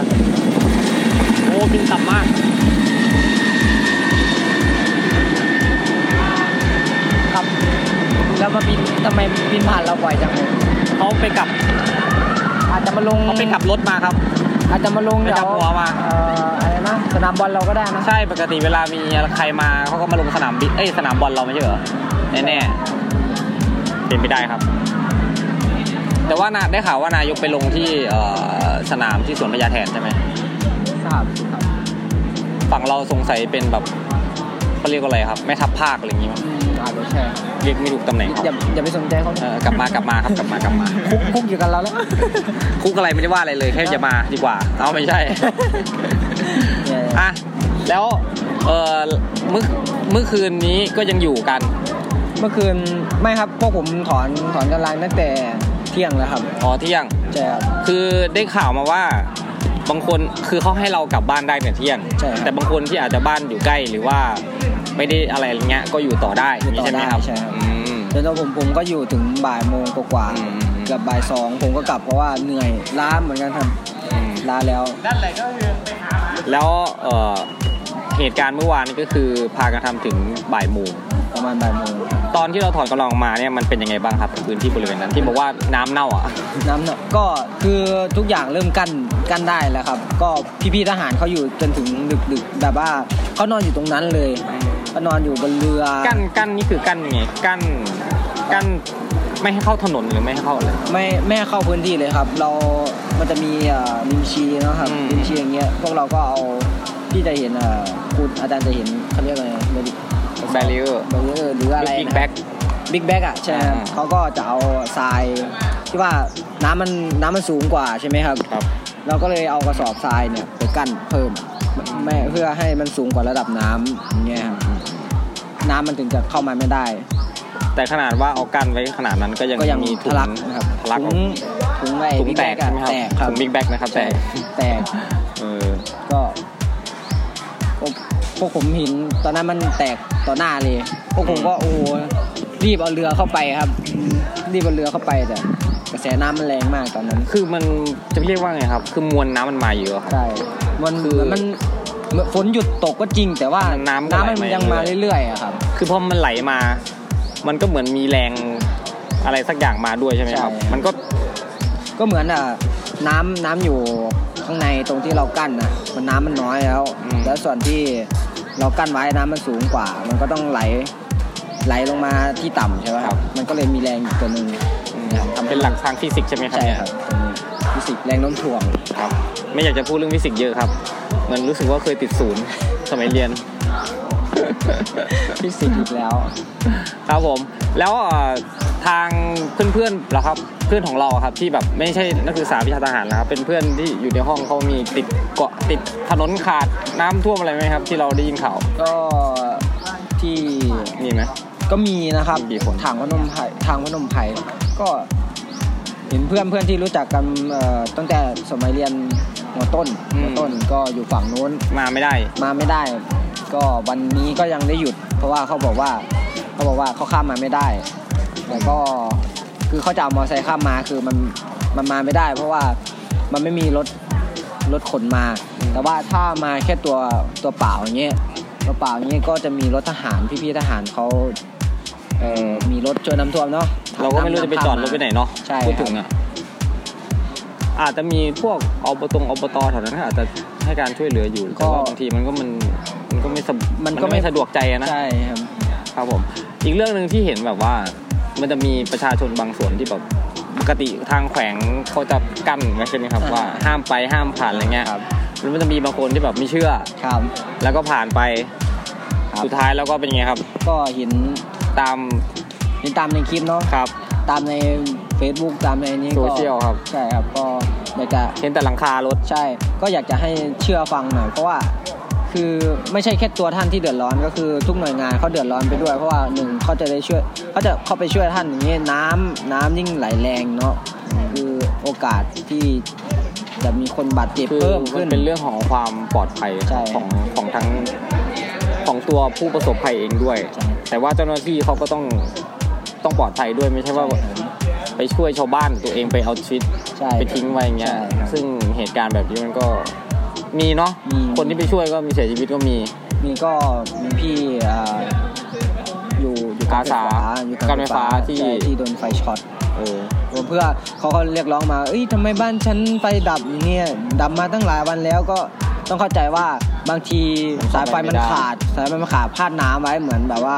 โอ้บินต่ำมาก
ครับแล้วมาบินทำไมบินผ่านเราบ่อยจังเลย
เขาไปกลับ
อาจจะมาลง
เขาไปกลับรถมาครับ
อาจจะมาลง
ไป
เดี๋ย
จับ
ว
หัวมา
เอ่ออะไรนะสนามบอลเราก็ได้นะ
ใช่ปกติเวลามีใครมาเขาก็มาลงสนามบินเอ้ยสนามบอลเราไม่ใช่เหรอแน่แน่ๆเป็นไปได้ครับ แต่ว่านาได้ข่าวว่านายกไปลงที่เอ่อสนามที่สวนพญาแทนใช่ไหม
ครับครับ
ฝั่งเราสงสัยเป็นแบบเขาเรียกว่าอะไรครับแม่ทัพภาคอะไรอย่างงี้มั้ง
อืมอาจจะใช่
เรียกไม่ถูกตำแหน่งครับ
อย่าอย่าไปสนใจเขา
เออกลับมากลับมาครับกลับมากลับมา
คุกคุกอยู่กันเรา แล้ว
คุกอะไรไม่ได้ว่าอะไรเลยแค่จะมาดีกว่า เอาไม่ใช่
เนี่ย
อ่ะแล้วเออเมื่อเมื่อคืนนี้ก็ยังอยู่กัน
เมื่อคืนไม่ครับพวกผมถอนถอนกันไลน์ตั้งแต่เที่ยงแล้วครับ
อ๋อเที่ยง
ใช่ครับ
คือได้ข่าวมาว่าบางคนคือเขาให้เรากลับบ้านได้เนี่ยเที่ยง
ใช่ครับ
แต่บางคนที่อาจจะบ้านอยู่ใกล้หรือว่า ไม่ได้อะไรอย่างเงี้ยก็อยู่ต่อได้อย่างงี้ใช่ไหมครับ
อยู่ต่อได้ใช่ครับ
อืม
เดี๋ยวผมผมก็อยู่ถึงบ่ายโมงกว่า
อืม
ๆเกือบบ่ายสองผมก็กลับเพราะว่าเหนื่อยล้าเหมือนกันครับ
อืม
ล้าแล้ว
ด้านไหนก็คือ แล้วเอ่อเหตุการณ์เมื่อวานนี้ก็คือพากันทำถึงบ่ายโมง
ประมาณบ่ายโมง
ตอนที่เราถอนกำลังออกมาเนี่ยมันเป็นยังไงบ้างครับพื้นที่บริเวณนั้นที่บอกว่าน้ำเน่า อ่ะ
น้ำเนอะก็คือทุกอย่างเริ่มกั้นกั้นได้แล้วครับ ก็พี่ๆทหารเขาอยู่จนถึงดึกดึกๆแบบว่าเขานอนอยู่ตรงนั้นเลยเขานอนอยู่บนเรือ
กั้นกั้นนี่คือกั้นยังไงกั้นกั้นไม่ให้เข้าถนนหรือไม่ให้เข้าอะไร
ไม่ไม่ให้เข้าพื้นที่เลยครับ เรา มันจะมีเอ่อนิมชีเนอะครับ
อืม
นิมชีอย่างเงี้ย พวกเราก็เอาที่จะเห็นเอ่อคุณอาจารย์จะเห็นเขาเรียกอะไรเบลิ
แบรีเออร์
เบลิเออหรืออะไร
บิ๊ก
นะ
แบ็ก
บิ๊กแบ็กอ่ะใช่ไหมครับ
อ่า
เขาก็จะเอาทรายที่ว่าน้ำมันน้ำมันสูงกว่าใช่ไหมครับ
ครับ
เราก็เลยเอากระสอบทรายเนี่ยไปกั้นเพิ่มไม่เพื่อให้มันสูงกว่าระดับน้ำอย่างเงี้ยครับน้ำมันถึงจะเข้ามาไม่ได้
แต่ขนาดว่าเอากั้นไว้ขนาดนั้นก็ยัง
ก็ยัง
มีถุ
ทะ
ง
ลักนะครับ
ทะลักออก
ถุงถุงไอ้
ถุง
บิ๊ก
แต
แบ็
ก
กอะ
ใช่ไหมครับ
แตกครับ
ถุงบิ๊กแบ็กนะครับแต
แต่
ก
แต่
เออ
ก็พวกพวกผมเห็นตอนนั้นมันแตกต่อหน้าเลยพวกผมก็โอ้โหรีบเอาเรือเข้าไปครับ รีบเอาเรือเข้าไปแต่กระแสน้ำมันแรงมากตอนนั้น
คือมันจะเรียกว่าไงครับ คือมวลน้ำมันมาเยอะครับ
ใช่มัน
คือ
มันมันฝนหยุดตกก็จริง แต่ว่า
น้ำก็
น้ำมัน
ไหลมา
ยังมา
เรื่อย
เรื่อยๆอะครับ
คือพอมันไหลมา มันก็เหมือนมีแรงอะไรสักอย่างมาด้วยใช่ไหมครับ
ใช่
มันก็
ก็เหมือนอ่ะน้ำน้ำอยู่ข้างในตรงที่เรากั้นนะมันน้ำมันน้อยแล้ว แล้วส่วนที่เรากั้นไว้น้ำมันสูงกว่า มันก็ต้องไหลไหลลงมาที่ต่ำใช่ไหมครับ มันก็เลยมีแรงอีกตัวหนึ่ง
ทำเป็นหลักทางฟิสิกส์ใช่ไหมครับ
ใช่
เนี่ย
ครับตัวนี้รู้สึกแรงโน้มถ่วง
ครับ ไม่อยากจะพูดเรื่องฟิสิกส์เยอะครับ มันรู้สึกว่าเคยติดศูนย์สมัยเรียน
ฟิสิกส์อีกแล้ว
ครับผมแล้วเอ่อทางเพื่อนๆเหราครับเพื่อนของเราอะครับที่แบบไม่ใช่นักศึกษาวิชาทหารนะครับ เป็นเพื่อนที่อยู่ในห้องเขามีติดเกาะติดถนนขาดน้ำท่วมอะไรไหมครับที่เราได้ยินข่าว
ก็ที่
มีไหม
ก็มีนะครับ
มีกี่คน
ทางพนมไพรทางพนมไพรก็เห็นเพื่อนเพื่อนที่รู้จักกันเอ่อตั้งแต่สมัยเรียนมต้นมต้นก็อยู่ฝั่งนู้น
มาไม่ได้
มาไม่ได้ ก็วันนี้ก็ยังได้หยุด เพราะว่าเขาบอกว่าเขาบอกว่าเขาข้ามมาไม่ได้ แต่ก็คือเขาจะเอามอเตอร์ไซค์ข้ามมาคือมันมันมาไม่ได้ เพราะว่ามันไม่มีรถรถขนมา แต่ว่าถ้ามาแค่ตัวตัวเปล่าอย่างเงี้ยตัวเปล่าอย่างเงี้ยก็จะมีรถทหารพี่ๆทหารเขาเอ่อมีรถช่วยน้ำท่วมเนาะ
เราก็ไม่รู้จะไปจอดรถไปไหนเนาะ
ใช่
พูดถึงอ่ะอาจจะมีพวกอบตงอบตแถวนั้นอาจจะให้การช่วยเหลืออยู่แต่ว่าบางทีมันก็มันมันก็ไม่สะ
มันก็ไม่
สะดวกใจอะนะ
ใช่ครับ
ครับผมอีกเรื่องหนึ่งที่เห็นแบบว่ามันจะมีประชาชนบางส่วนที่แบบปกติทางแขวงเขาจะกั้นไว้ใช่ไหมครับ
อ่า
ว่าห้ามไปห้ามผ่านอะไรเงี้ย
ครับ
แล้วมันจะมีบางคนที่แบบไม่เชื่อ
ครับ
แล้วก็ผ่านไป
ครับ
สุดท้ายแล้วก็เป็นไงครับ
ก็เห็น
ตาม
เห็นตามในคลิปเนาะ
ครับ
ตามใน Facebook ตามในนี้ก็
โซเชียลครับ
ใช่ครับก็อยากจะ
เห็นแต่หลังคารถ
ใช่ ก็อยากจะให้เชื่อฟังหน่อยเพราะว่าคือไม่ใช่แค่ตัวท่านที่เดือดร้อนก็คือทุกหน่วยงานเขาเดือดร้อนไปด้วย เพราะว่าหนึ่งเขาจะได้ช่วยเขาจะเข้าไปช่วยท่านอย่างนี้ยน้ำน้ำยิ่งไหลแรงเนาะคือโอกาสที่จะมีคนบาดเจ็บ
คือ
เพิ่ม
มั
ขึ้น
นเป็นเรื่องของความปลอดภัย
ใช่
ของของทั้งของตัวผู้ประสบภัยเองด้วย
ใช่
แต่ว่าเจ้าหน้าที่เขาก็ต้องต้องปลอดภัยด้วยไม่ใช่ว่าไปช่วยชาวบ้านตัวเองไปเอาชีวิต
ใช่
ไปทิ้งไว้อย่างเงี้ย
ใช่ครับ
ซึ่งเหตุการณ์แบบนี้มันก็มีเนาะ
มี
คนที่ไปช่วยก็มีเสียชีวิตก็มี
นี่ก็มีพี่อ่าอยู่อยู่รไฟฟ้อยู่
การไฟฟ้าที่
ใช่ที่โดนไฟช็อต
เออ
เพื่อเขาก็เรียกร้องมา เอ้ยทำไมบ้านฉันไฟดับอย่างเงี้ยดับมาตั้งหลายวันแล้วก็ต้องเข้าใจว่าบางทีสายไฟมันขาด สายไฟมันขาดพาดน้ำไว้เหมือนแบบว่า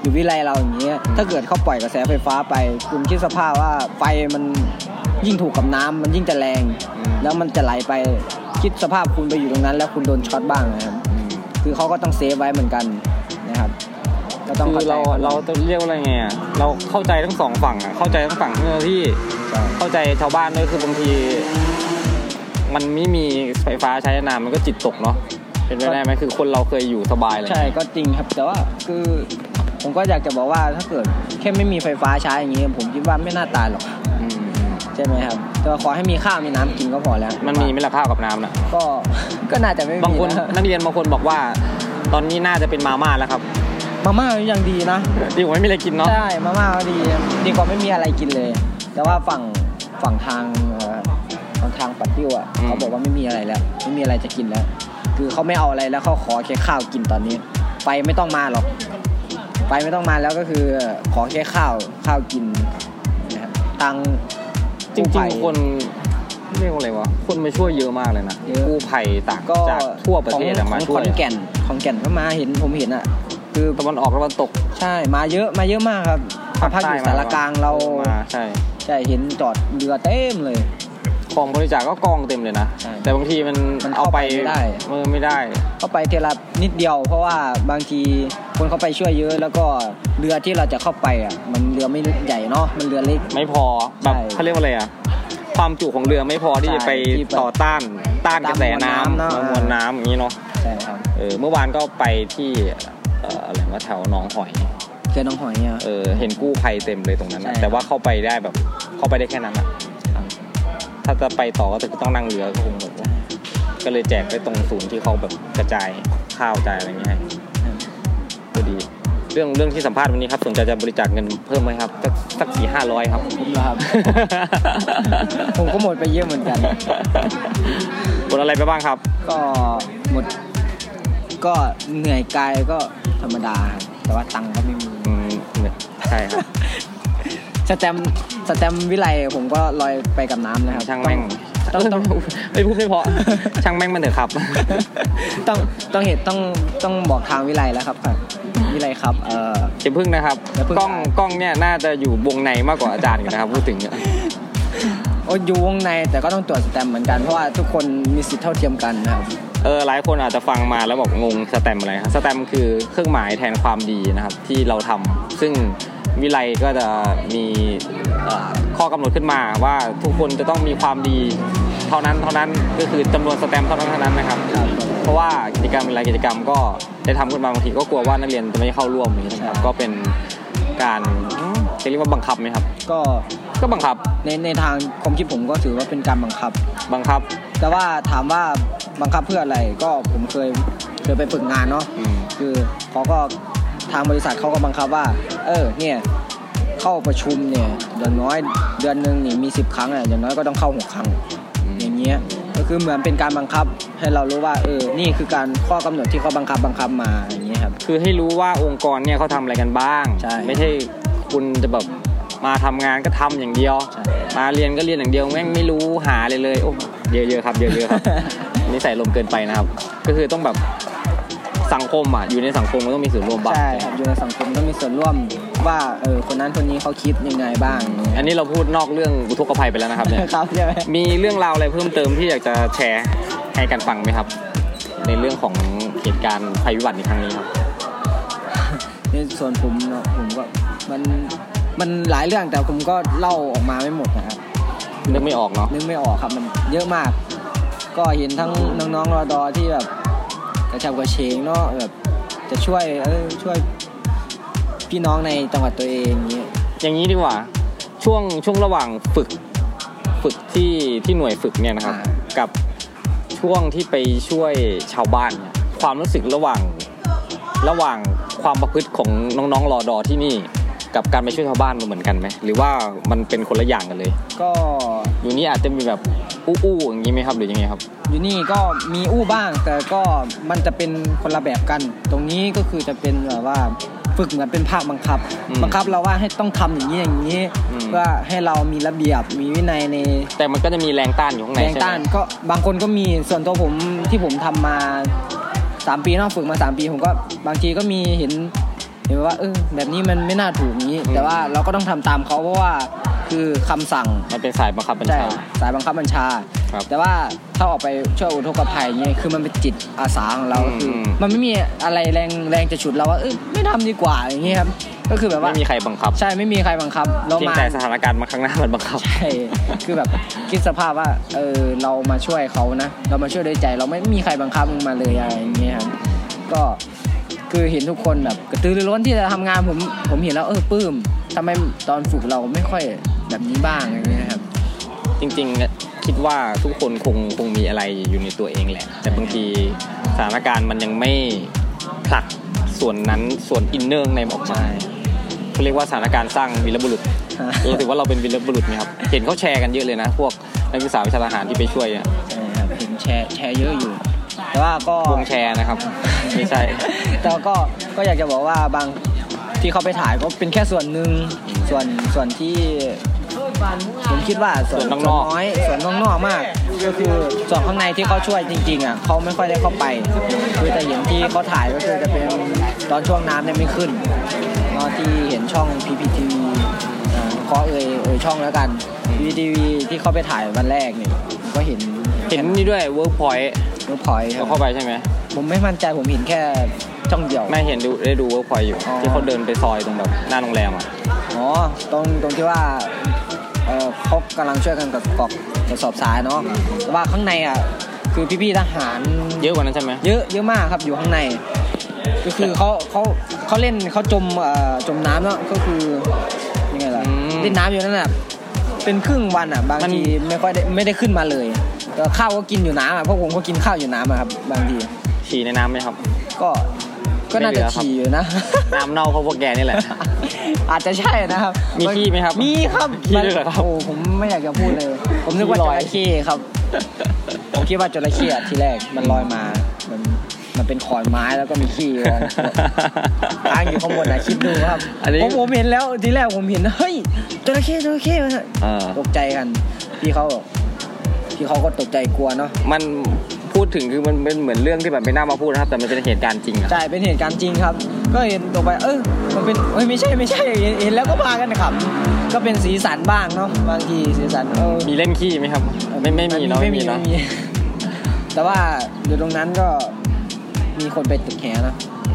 อยู่วิไลเราอย่างเงี้ย ถ้าเกิดเขาปล่อยกระแสไฟฟ้าไปคุณคิดสภาพว่าไฟมันยิ่งถูกกับน้ำมันยิ่งจะแรง
อืม
แล้วมันจะไหลไปคิดสภาพคุณไปอยู่ตรงนั้น แล้วคุณโดนช็อตบ้างนะครับ
อืม
คือเขาก็ต้องเซฟไว้เหมือนกันนะครับ ก็ต้อง
คื
เข้า
อ
ใจ
เราเราจะเรียกว่าอะไรไงอะเราเข้าใจทั้งสองฝั่งอะเข้าใจทั้งฝั่งเจ้าหน้าที่
ใช่
เข้าใจชาวบ้านด้วยคือบางที มันไม่มีไฟฟ้าใช้นานมันก็จิตตกเนาะ เป็นไปได้ไหมคือคนเราเคยอยู่สบายเลย
ใช่ก็จริงครับแต่ว่าคือผมก็อยากจะบอกว่าถ้าเกิดแค่ไม่มีไฟฟ้าใช้อย่างนี้ ผมคิดว่าไม่น่าตายหรอก
อืม
ใช่ไหมครับ แต่ว่าขอให้มีข้าวมีน้ำกินก็พอแล้ว
มันมีไหม่ละข้าวกับน้ำน่ะ
ก็ก็น่าจะไม่มี
บางคน
นะ
นักเรียนบางคนบอกว่า ตอนนี้น่าจะเป็นมาม่าแล้วครับ
มาม่ายังดีนะ
ดีกว่าไม่มีอะไรกินเนาะ
ใช่มาม่าก็ดีดีกว่าไม่มีอะไรกินเลย แต่ว่าฝั่งฝั่งทางเอ่อฝั่งทางปัดติ้วอ่ะ
อืม
เขาบอกว่าไม่มีอะไรแล้ว ไม่มีอะไรจะกินแล้ว คือเขาไม่เอาอะไรแล้วเขาขอแค่ข้าวกินตอนนี้ ไฟไม่ต้องมาหรอก ไฟไม่ต้องมาแล้วก็คือขอแค่ข้าวข้าวกินนะครับตังค์
จริง
กู้ภัย
ๆคนเรียกว่าอะไรวะคนมาช่วยเยอะมากเลยนะ
เยอะ
กู้ภัยต่าง
ก็
จากทั่วประเทศอะ
ของ
มา
ของ
ช่
ข
วย
อนแก่นของแก่นก็มาเห็นผมเห็นอ่ะ
คือตะวันออกตะวันตก
ใช่มาเยอะมาเยอะมากครับมาพักอยู่
ใต้
สารกลางเรา
มาใช่
ใช่เห็นจอดเรือเต็มเลย
ของบริจาคก็กองเต็มเลยนะ
ใช่
แต่บางทีมัน
มัน
เอา
เข้า
ไป
ไปไม่ได้
มือไม่ได้
เข้าไปเทละนิดเดียว เพราะว่าบางทีคนเข้าไปช่วยเยอะ แล้วก็เรือที่เราจะเข้าไปอ่ะ มันเรือไม่ใหญ่เนาะมันเรือเล็ก
ไม่พอแบบ
ใช่
เขาเรียกว่าอะไรอะความจุของเรือไม่พอที่
ใช่
จะไป
ที่ไป
ต่อต้านต้านกระแสน้ำ
ต้าน
มว
มว
ล
ลน้ำเน
น้ำ
อะ
อย่างนี้เนาะ
ใช่ครับ
เออเมื่อวานก็ไปที่เอ่ออะไรว่าแถวหนองหอย
เจอน้องหอยเนี่ย
เออเห็นกู้ภัยเต็มเลยตรงนั้นอะ
ใช่
แต่ว่าเข้าไปได้แบบเข้าไปได้แค่นั้นอะถ้าจะไปต่อก็จะต้องนั่งเรือก็คงแบบว่าก็เลยแจกไปตรงศูนย์ที่เขาแบบกระจายข้าวจ่ายอะไรอย่างเงี้ยให้ก็ดี เรื่องเรื่องที่สัมภาษณ์วันนี้ครับสนใจจะบริจาคเงินเพิ่มไหมครับสักสักสี่ห้าร้อยครับ
ผมเหรอครับ ผมก็หมดไปเยอะเหมือนกัน
บนอะไรไปบ้างครับ
ก็หมด ก็เหนื่อยกายก็ธรรมดาครับแต่ว่าตังค์ก็ไม่มี
อืมใช่ครับ
สแตมป์สแตมป์วิไลผมก็ลอยไปกับน้ำนะครับ
ช่างแม่ง
ต้องต้องต้อง
ไม่พูดไม่เพราะ ช่างแม่งมันเถอะครับ
ต้อง ต้องเห็นต้องต้องบอกทางวิไลแล้วครับครับวิไลครับ เอ่อ
อย่าพึ่งนะครับ
อย่าพึ่ง
กล้อง
ครับ
กล้องเนี่ยน่าจะอยู่วงในมากกว่าอาจารย์กันนะครับ พูดถึงเนี่ย
โอ้อยู่วงในแต่ก็ต้องตรวจสแตมป์เหมือนกันเพราะว่าทุกคนมีสิทธิ์เท่าเทียมกันนะครับ
เออหลายคนอาจจะฟังมาแล้วบอกงงสแตมป์อะไรครับสแตมป์คือเครื่องหมายแทนความดีนะครับ ที่เราทำซึ่งวิไลก็จะมีเอ่อข้อกำหนดขึ้นมาว่าทุกคนจะต้องมีความดีเท่านั้นเท่านั้นก็คือจำนวนสแตมป์เท่านั้นเท่านั้นนะครับ เพราะว่ากิจกรรมหลายกิจกรรมก็ได้ทำขึ้นมาบางทีก็กลัวว่านักเรียนจะไม่เข้าร่วมอย่างนี้นะครับ
ใช่
ก็เป็นการจะเรียกว่าบังคับไหมครับ
ก็
ก็บังคับ
ในในทางความคิดผมก็ถือว่าเป็นการบังคับ
บังคับ
แต่ว่าถามว่าบังคับเพื่ออะไรก็ผมเคยเคยไปฝึกงานเนาะ
อืม
คือเขาก็ทางบริษัทเขาก็บังคับว่า เออเนี่ยเข้าประชุมเนี่ยอย่างน้อยเดือนหนึ่งนี่มี10 ครั้งอ่ะอย่างน้อยก็ต้องเข้าหกครั้ง
อืม
อย่างเงี้ยก็คือเหมือนเป็นการบังคับให้เรารู้ว่าเออนี่คือการข้อกำหนดที่เขาบังคับบังคับมาอย่างเงี้ยครับ
คือให้รู้ว่าองค์กรเนี่ยเขาทำอะไรกันบ้าง
ใช่
ไม่ใช่คุณจะแบบมาทำงานก็ทำอย่างเดียว
ใช่
มาเรียนก็เรียนอย่างเดียวแม่งไม่รู้หาเลยเลยโอ้เยอะๆครับเยอะๆ ครับ นิสัยลมเกินไปนะครับ ก็คือต้องแบบสังคมอ่ะอยู่ในสังคมก็ต้องมีส่วนร่วมบ้าง
ใช่ครับอยู่ในสังคมต้องมีส่วนร่วมว่าเออคนนั้นคนนี้เขาคิดยังไงบ้าง
อันนี้เราพูดนอกเรื่องอุทกภัยไปแล้วนะครับเนี่ย
ครับใช่ไหม
มีเรื่องราวอะไรเพิ่มเติมที่อยากจะแชร์ให้กันฟังไหมครับ ในเรื่องของเหตุการณ์ภัยพิบัติในครั้งนี้ครับ
ในส่วนผมเนาะผมก็มันมันหลายเรื่องแต่ผมก็เล่าออกมาไม่หมดนะครับ
นึกไม่ออกเนาะ
นึกไม่ออกครับมันเยอะมาก ก็เห็นทั้งน้องๆรอดอที่แบบกระชับกระเฉงเนาะแบบจะช่วยเออช่วยพี่น้องในจังหวัดตัวเองอย่างเงี้ย
อย่างนี้ดีกว่าช่วงช่วงระหว่างฝึกฝึกที่ที่หน่วยฝึกเนี่ยนะครับ กับช่วงที่ไปช่วยชาวบ้านเนี่ยความรู้สึกระหว่างระหว่างความประพฤติของน้องๆรอดอที่นี่ กับการไปช่วยชาวบ้านมันเหมือนกันไหมหรือว่ามันเป็นคนละอย่างกันเลย
ก็
อยู่นี่อาจจะมีแบบอู้ๆอย่างนี้ไหมครับหรือยังไงครับ
อยู่นี่ก็มีอู้บ้าง แต่ก็มันจะเป็นคนละแบบกัน ตรงนี้ก็คือจะเป็นแบบว่าฝึกเหมือนเป็นภาคบังคับ
อืม
บังคับเราว่าให้ต้องทำอย่างนี้อย่างนี้
อืม
เพื่อให้เรามีระเบียบมีวินัยใน
แต่มันก็จะมีแรงต้านอยู่ข้างใน
แรง
ใช่ไหม
ต้านก็บางคนก็มีส่วนตัวผมที่ผมทำมาสามปีเนอกฝึกมาสามปีผมก็บางทีก็มีเห็นเห็นว่าเออแบบนี้มันไม่น่าถูกอย่างนี้
อืม
แต่ว่าเราก็ต้องทำตามเขาเพราะว่าคือคำสั่ง
มันเป็นสายบังคับบัญ
ใช่
ชา
สายบังคับบัญชา
ครับ
แต่ว่าถ้าออกไปช่วยอุทกภัยอย่างเงี้ยคือมันเป็นจิตอาสาของเรา
อืม
คืออ
ม
มันไม่มีอะไรแรงแรงจะฉุดเราว่าเออไม่ทำดีกว่าอย่างเงี้ยครับก็คือแบบว่า
ไม่มีใครบังคับ
ใช่ไม่มีใครบังคับเรา
เพียง
มา
แต่สถานการณ์มาข้างหน้ามันบังคับ
ใช่ คือแบบคิดสภาพว่า เออ เรามาช่วยเขานะ เรามาช่วยด้วยใจ เราไม่มีใครบังคับมึงมาเลยอะไรอย่างเงี้ยครับ ก็คือเห็นทุกคนแบบกระตือรือร้นที่จะทำงานผม ผมเห็นแล้วเออปลื้มทำไมตอนฝึกเราไม่ค่อยแบบนี้บ้างอย่างเงี้ยครับ
จริงๆ คิดว่าทุกคนคงคงมีอะไรอยู่ในตัวเองแหละ แต่บางทีสถานการณ์มันยังไม่ผลักส่วนนั้นส่วนอินเนอร์ข้างในออกมาเขาเรียกว่าสถานการณ์สร้างวีรบุรุษ
ฮะ
เราถือว่าเราเป็นวีรบุรุษไหมครับ เห็นเขาแชร์กันเยอะเลยนะ พวกนักศึกษาวิชาทหารที่ไปช่วยเนี่ย
ใช่ครับเห็นแชร์แชร์เยอะอยู่
เ
แต่ว่าก็
วงแชร์นะครับ ไม่ใช่
แต่ก็ก็อยากจะบอกว่าบางที่เขาไปถ่ายก็เป็นแค่ส่วนหนึ่งส่วนส่วนที่ผมคิดว่าส่วน
ส่วน
ส่วน
นอกๆ
น้อยส่วนนอกๆมาก ก็คือส่วนข้างในที่เขาช่วยจริงๆอ่ะเขาไม่ค่อยได้เข้าไปคือแต่เห็นที่เขาถ่ายก็คือจะเป็นตอนช่วงน้ำเนี่ยไม่ขึ้นเนาะที่เห็นช่อง PPTV อ่าขอเอ่ยเอ่ยช่องแล้วกัน PPTV ที่เขาไปถ่ายวันแรกเนี่ยผมก็เห็น
เห็นนี่ด้วยเวิร์กพอยต์
นกพลอยครั
เรา
บ
เข้าไปใช่ไหม
ผมไม่มั่นใจผมเห็นแค่ช่องเดียว
ไม่เห็นดูได้ดูเวิร์กพอยต์อยู่
อ๋อ
ที่เขาเดินไปซอยตรงแบบหน้าโรงแรมอ่ะ
อ๋อตรงตรงที่ว่าเออเขากำลังช่วยกันกับกอกตรวจสอบสายเนาะแต่ว่าข้างในอ่ะคือพี่ๆทหาร
เยอะกว่านั้นใช่ไหม
เยอะเยอะมากครับอยู่ข้างใน ก็คือเขาเขาเขาเล่นเขาจมเอ่อจมน้ำเนาะก็คือยังไงล่ะเล่นน้ำอยู่นั่นแหละเป็นครึ่งวันอ่ะบางทีไม่ค่อยได้ไม่ได้ขึ้นมาเลยเออข้าวก็กินอยู่น้ำอ่ะพวกผมก็กินข้าวอยู่น้ำอ่ะครับบางที
ฉี่ในน้ำไหมครับ
ก็ก็น่าจะ
ไม่เหลือครับ
ฉี่อยู่นะ
น้ำเน่าเพราะพวกแกนี่แหละ
อาจจะใช่นะครับ
มีขี้ไหมครับ
มีครับ
ขี้ด้วยเหรอครับ
โอ้ผมไม่อยากจะพูดเลย ผมนึกว่า
ขี้ล
จ
อย
ระเข้ครับ ผมคิดว่าจระเข้อะที่แรกมันลอยมา มันมันเป็นขอนไม้แล้วก็มีขี้ลอย ค้างอยู่ข้างบนนะคิดดูครับ
อันนี้
ผมผมเห็นแล้วทีแรกผมเห็นเฮ้ยจระเข้จระเข้มันอะ
เออ
ตกใจกันพี่เขาบอกพี่เขาก็ตกใจกลัวเนาะ
มันพูดถึงคือมันเป็นเหมือนเรื่องที่แบบไม่น่ามาพูดนะครับ แต่มันเป็นเหตุการณ์จริงอะ
ใช่เป็นเหตุการณ์จริงครับ ก็เห็นตกไป เออมันเป็นเอ้ยไม่ใช่ไม่ใช่เห็นเห็นแล้วก็พากันขำก็เป็นสีสันบ้างเนาะบางทีสีสันเออ
มีเล่นขี้ไหมครับ ไม่ไม่มีเนาะไม่มีเนาะ
ไแต่ว่าอยู่ตรงนั้นก็มีคนไปตึกแหนะ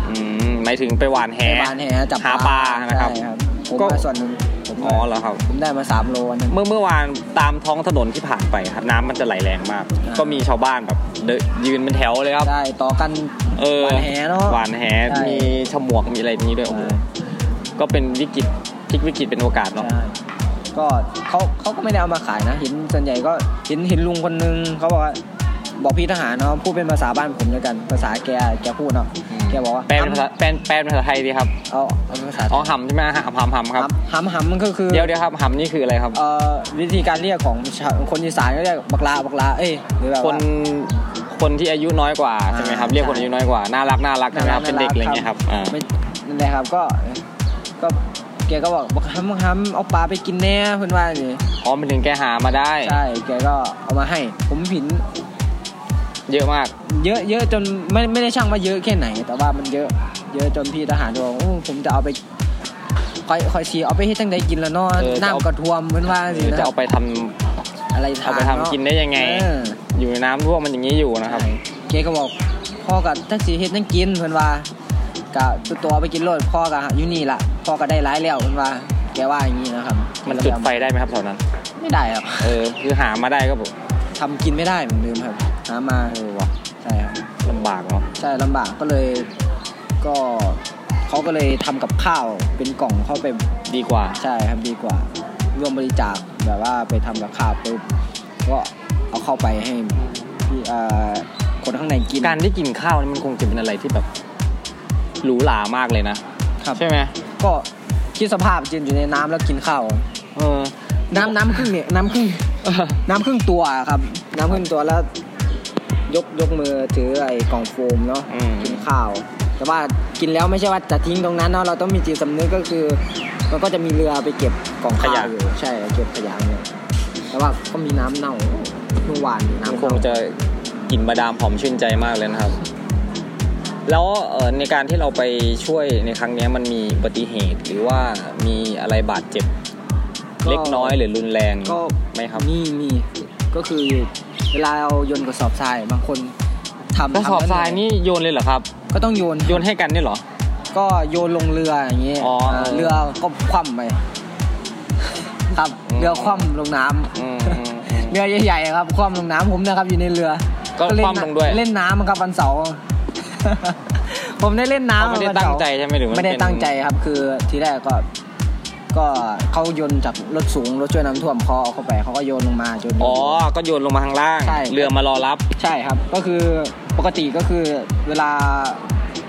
อืมหมายถึงไปหวานแห
ไปบานแหจับ
หาปลานะครับ
ใช่ครับผม
ก็
มาส่วนหนึ่งผม
อ๋อเหรอครับ
ผมได้มาสามโลวันหนึง
เมื่อเมื่อวานตามท้องถนนที่ผ่านไปครับ น้ำมันจะไหลแรงมาก
อ่า
ก็มีชาวบ้านแบบเดินยืนเป็นแถวเลยครับ
ได้ต่อกัน
เออ
บานแหเนาะ
หวานแห
ใช่
มีฉมวกมีอะไรนี้ด้วยโอ้โห
ใช่
ก็เป็นวิกฤตพลิกวิกฤตเป็นโอกาสเนาะ
ใช่ก็เขาเขาก็ไม่ได้เอามาขายนะเห็นส่วนใหญ่ก็เห็นเห็นลุงคนนึงเขาบอกว่าบอกพี่ทหารเนาะพูดเป็นภาษาบ้านผมแล้วกัน ภาษาแกแกพูดเนาะแกบอกว่า
แปลเป็นภาษาแปลแปลเป็นภาษาไทยดีครับ
เอาเอาเป็นภาษา
อ๋อหำใช่ไหมหำหำหำครับ
หำหำมันก็คือ
เดี๋ยวเดี๋ยวครับหำนี่คืออะไรครับ
เอ่อวิธีการเรียกของชาวคนอีสานก็เรียกบักลาบักลาเอ้ยหรือแบบ
ค
ว่า
นคนที่อายุน้อยกว่าใช่ไหมครับ
อ่า
เรียกคนอายุน้อยกว่าน่ารักน่ารักใช่ไหมครับ
น่ารัก
เป็นเด็กอะไร
ครับ
เงี้ยครับอ่า
ไม่นั่นแหละครับก็ก็แกก็บอกบักฮัมบักฮัมเอาปลาไปกินแน่เพื่อนว่าอย่างนี้
อ๋อมันถึงแกหามาได้
ใช่แกก็เอามาให้ ผมผิน
เยอะมาก
เยอะเยอะจนไม่ไม่ได้ช่างว่าเยอะแค่ไหน แต่ว่ามันเยอะ เยอะจนพี่ทหารบอกโอ้ผมจะเอาไปคอยคอยชีเอาไปให้ตั้งใจกินละเนอน
เออจะเอา
น้ำกระทวมเพื่อนว่าสิ
จะ
นะ
เอาไปทำ
อะไรทา
เอา
น
ไปทำ
เะ
กินได้ยังไง
เออ
อยู่ในน้ำท่วมมันอย่างนี้อยู่นะครับ
เกก็บอกพ่อกับทักษิเฮ็ดนั่งกินเพิ่นว่าก็ตัวตัวไปกินโลดพ่อก็อยู่นี่ล่ะพ่อก็ได้ร้ายแล้วเพิ่นว่า แกว่าอย่างนี้นะครับ
มันจุดไฟได้ไหมครับแถวนั้น
ไม่ได้ครับ
เออ คือหามาได้ก็แบบ
ทำกินไม่ได้เหมือนเดิมครับหามา
เออว่ะ
ใช่ครับ
ลำบากเนาะ
ใช่ลำบากก็เลยก็เขาก็เลยทำกับข้าวเป็นกล่องเข้าไป
ดีกว่า
ใช่ครับดีกว่าร่วมบริจาคแบบว่าไปทำกับข้าวปุ๊บก็เอาเข้าไปให้พี่เอ่อคนข้างในกิน
การได้กินข้าวนี่มันคงจะเป็นอะไรที่แบบหรูหรามากเลยนะ
ครับ
ใช่ไหม
ก็คิดสภาพยืนอยู่ในน้ำแล้วกินข้าว
เออ
น้ำน้ำครึ่งเนี่ยน้ำครึ่งน้ำครึ่งตัวครับ น้ำครึ่งตัวแล้ว ยกยกมือถือไอ้กล่องโฟมเนาะ
อืม
กินข้าว แต่ว่ากินแล้วไม่ใช่ว่าจะทิ้งตรงนั้นเนาะเราต้องมีจิตสำนึกก็คือมันก็จะมีเรือไปเก็บกล่องข้าวอยู่ใช่เก็บขยะเนี่ยแต่ว่าก็มีน้ำเน่าเมื่อวานน้ำ
ค
เน่าง
จะกลิ่นมาดามหอมชื่นใจมากเลยนะครับ แล้วเอ่อในการที่เราไปช่วยในครั้งเนี้ยมันมีอุบัติเหตุหรือว่ามีอะไรบาดเจ็บเล็กน้อยหรือรุนแรง
ก็
ไหมครับ
มีมีก็คือเวลาเราโยนกระสอบทรายบางคนทำ
กระสอบ
ทำแล้ว
ทรายนี่โยนเลยเหรอครับ
ก็ต้องโยน
โยนให้กันเนี่ยเหรอ
ก็โยนลงเรืออย่างเงี้ย
อ๋ออ่
าเรือก็คว่ำไป ครับ
อืม
เรือคว่ำลงน้ำ
อืมๆ
เรือใหญ่ๆครับคว่ำลงน้ำผมนะครับ อยู่ในเรือ
ก็
เน
คว่ำลงด้วย
เล่นน้ำครับวันเสา ร์ ผมได้เล่น
ๆ
น้ำ
เขาไม่ได้
วัน
ตั้
เสาง ร์
ใจใช่ไหมหรือมัน
ไม่ได้
เป็น
ตั้งใจครับ คือทีแรกก็ ก็เขาโยนจากรถสูงรถช่วยน้ำท่วมเขาเอาเข้าไปเขาก็โยนลงมาจน
อ๋อ ก็โยนลงมาข้างล่าง
ใช่
เรือมารอรับ
ใช่ครับ ก็คือปกติก็คือเวลา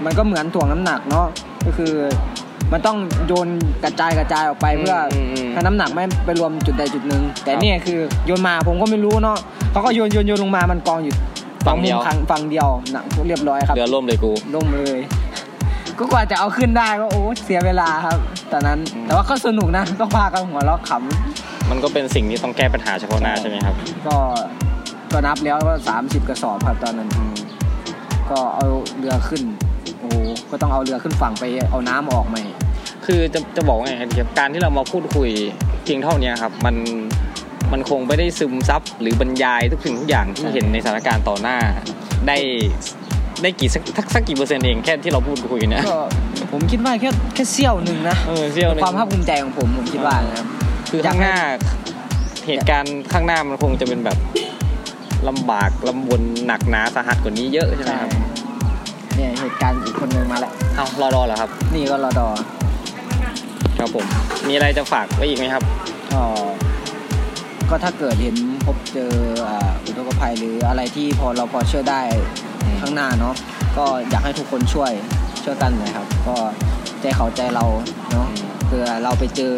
มันก็เหมือนถ่วงน้ำหนักเนาะ ก็คือมันต้องโยนกระจายกระจายออกไป
อืม
เพื่ออ
มอืม
ให้น้ำหนักไม่ไปรวมจุดใดจุดหนึ่ง แต่
ครับ
เนี่ยคือโยนมาผมก็ไม่รู้เนาะเขาก็โยนโยนโยนลงมามันกองอยู่
ฝั่งเดียว
ฝั่งฝั่งเดียวหนังเรียบร้อยครับ
เรือล่มเลยกู
ล่มเลย ก็กว่าจะเอาขึ้นได้ก็โอ้เสียเวลาครับตอนนั้น
อืม
แต่ว่าก็สนุกนะก็พากันหัวเราะข
มันก็เป็นสิ่งที่ต้องแก้ปัญหาเฉพาะหน้าใช่ไหมครับ
ำก็ก็นับแล้วว่า30 กระสอบครับตอนนั้น
อืม
ก็เอาเรือขึ้น โอ้โหก็ต้องเอาเรือขึ้นฝั่งไปเอาน้ำออกใหม่
คือจะจะบอกว่าไงครับการที่เรามาพูดคุยเพียงเท่านี้ครับ มันมันคงไม่ได้ซึมซับหรือบรรยายทุกสิ่งทุกอย่างที่
ใช่
เห็นในสถานการณ์ต่อหน้า ได้ได้กี่สักสักสักกี่เปอร์เซ็นต์เองแค่ที่เราพูดคุยเนี่ย
ก็ผมคิดว่าแค่แค่เสี้ยวหนึ่งนะ
เออเซี่ยวหนึง
ความภาคภูมิใจของผมผมคิดว่านะครับ
คือข้างหน้า เหตุการณ์ข้างหน้ามันคงจะเป็นแบบลำบากลำบนหนักหนาสาหัสกว่านี้เยอะใช่ไหมครับ
เนี่ยเหตุการณ์อีกคนหนึ่งมาแล้ว
เอารอรอเหรอครับ
นี่ก็รอดอ
ครับผม มีอะไรจะฝากไว้อีกไหมครับ
ก็ก็ถ้าเกิดเห็นพบเจออ่าอุทกภัยหรืออะไรที่พอเราพอช่วยได้ข้างหน้าเนาะก็อยากให้ทุกคนช่วยช่วยกันเลยครับ ก็ใจเขาใจเราเนาะเผื่อเราไปเจอ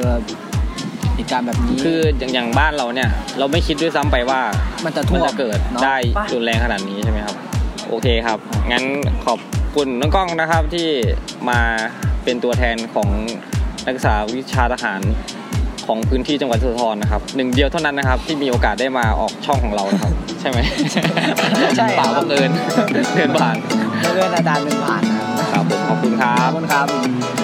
เหตุการณ์แบบนี้
คืออย่างอย่างบ้านเราเนี่ย เราไม่คิดด้วยซ้ำไปว่า
มันจะ
มั
ท่
น
วม
จะเกิด
นาะ
ได้
ปะ
รุนแรงขนาดนี้ใช่ไหมครับ โอเคครับ งั้นขอบคุณน้องกล้องนะครับที่มาเป็นตัวแทนของนักศึกษาวิชาทหารของพื้นที่จังหวัดสุพรรณนะครับหนึ่งเดียวเท่านั้นนะครับ ที่มีโอกาสได้มาออกช่องของเรานะครับ ใช่ไหม
ใช่
เป
ครับ
ล่าบังเอิญเดินผ่าน
เพื่อนอาจารย์หนึ่งผ่านนะค
ครั
รับ
บผมขอบคุณครั
ขอบบ คุณครับ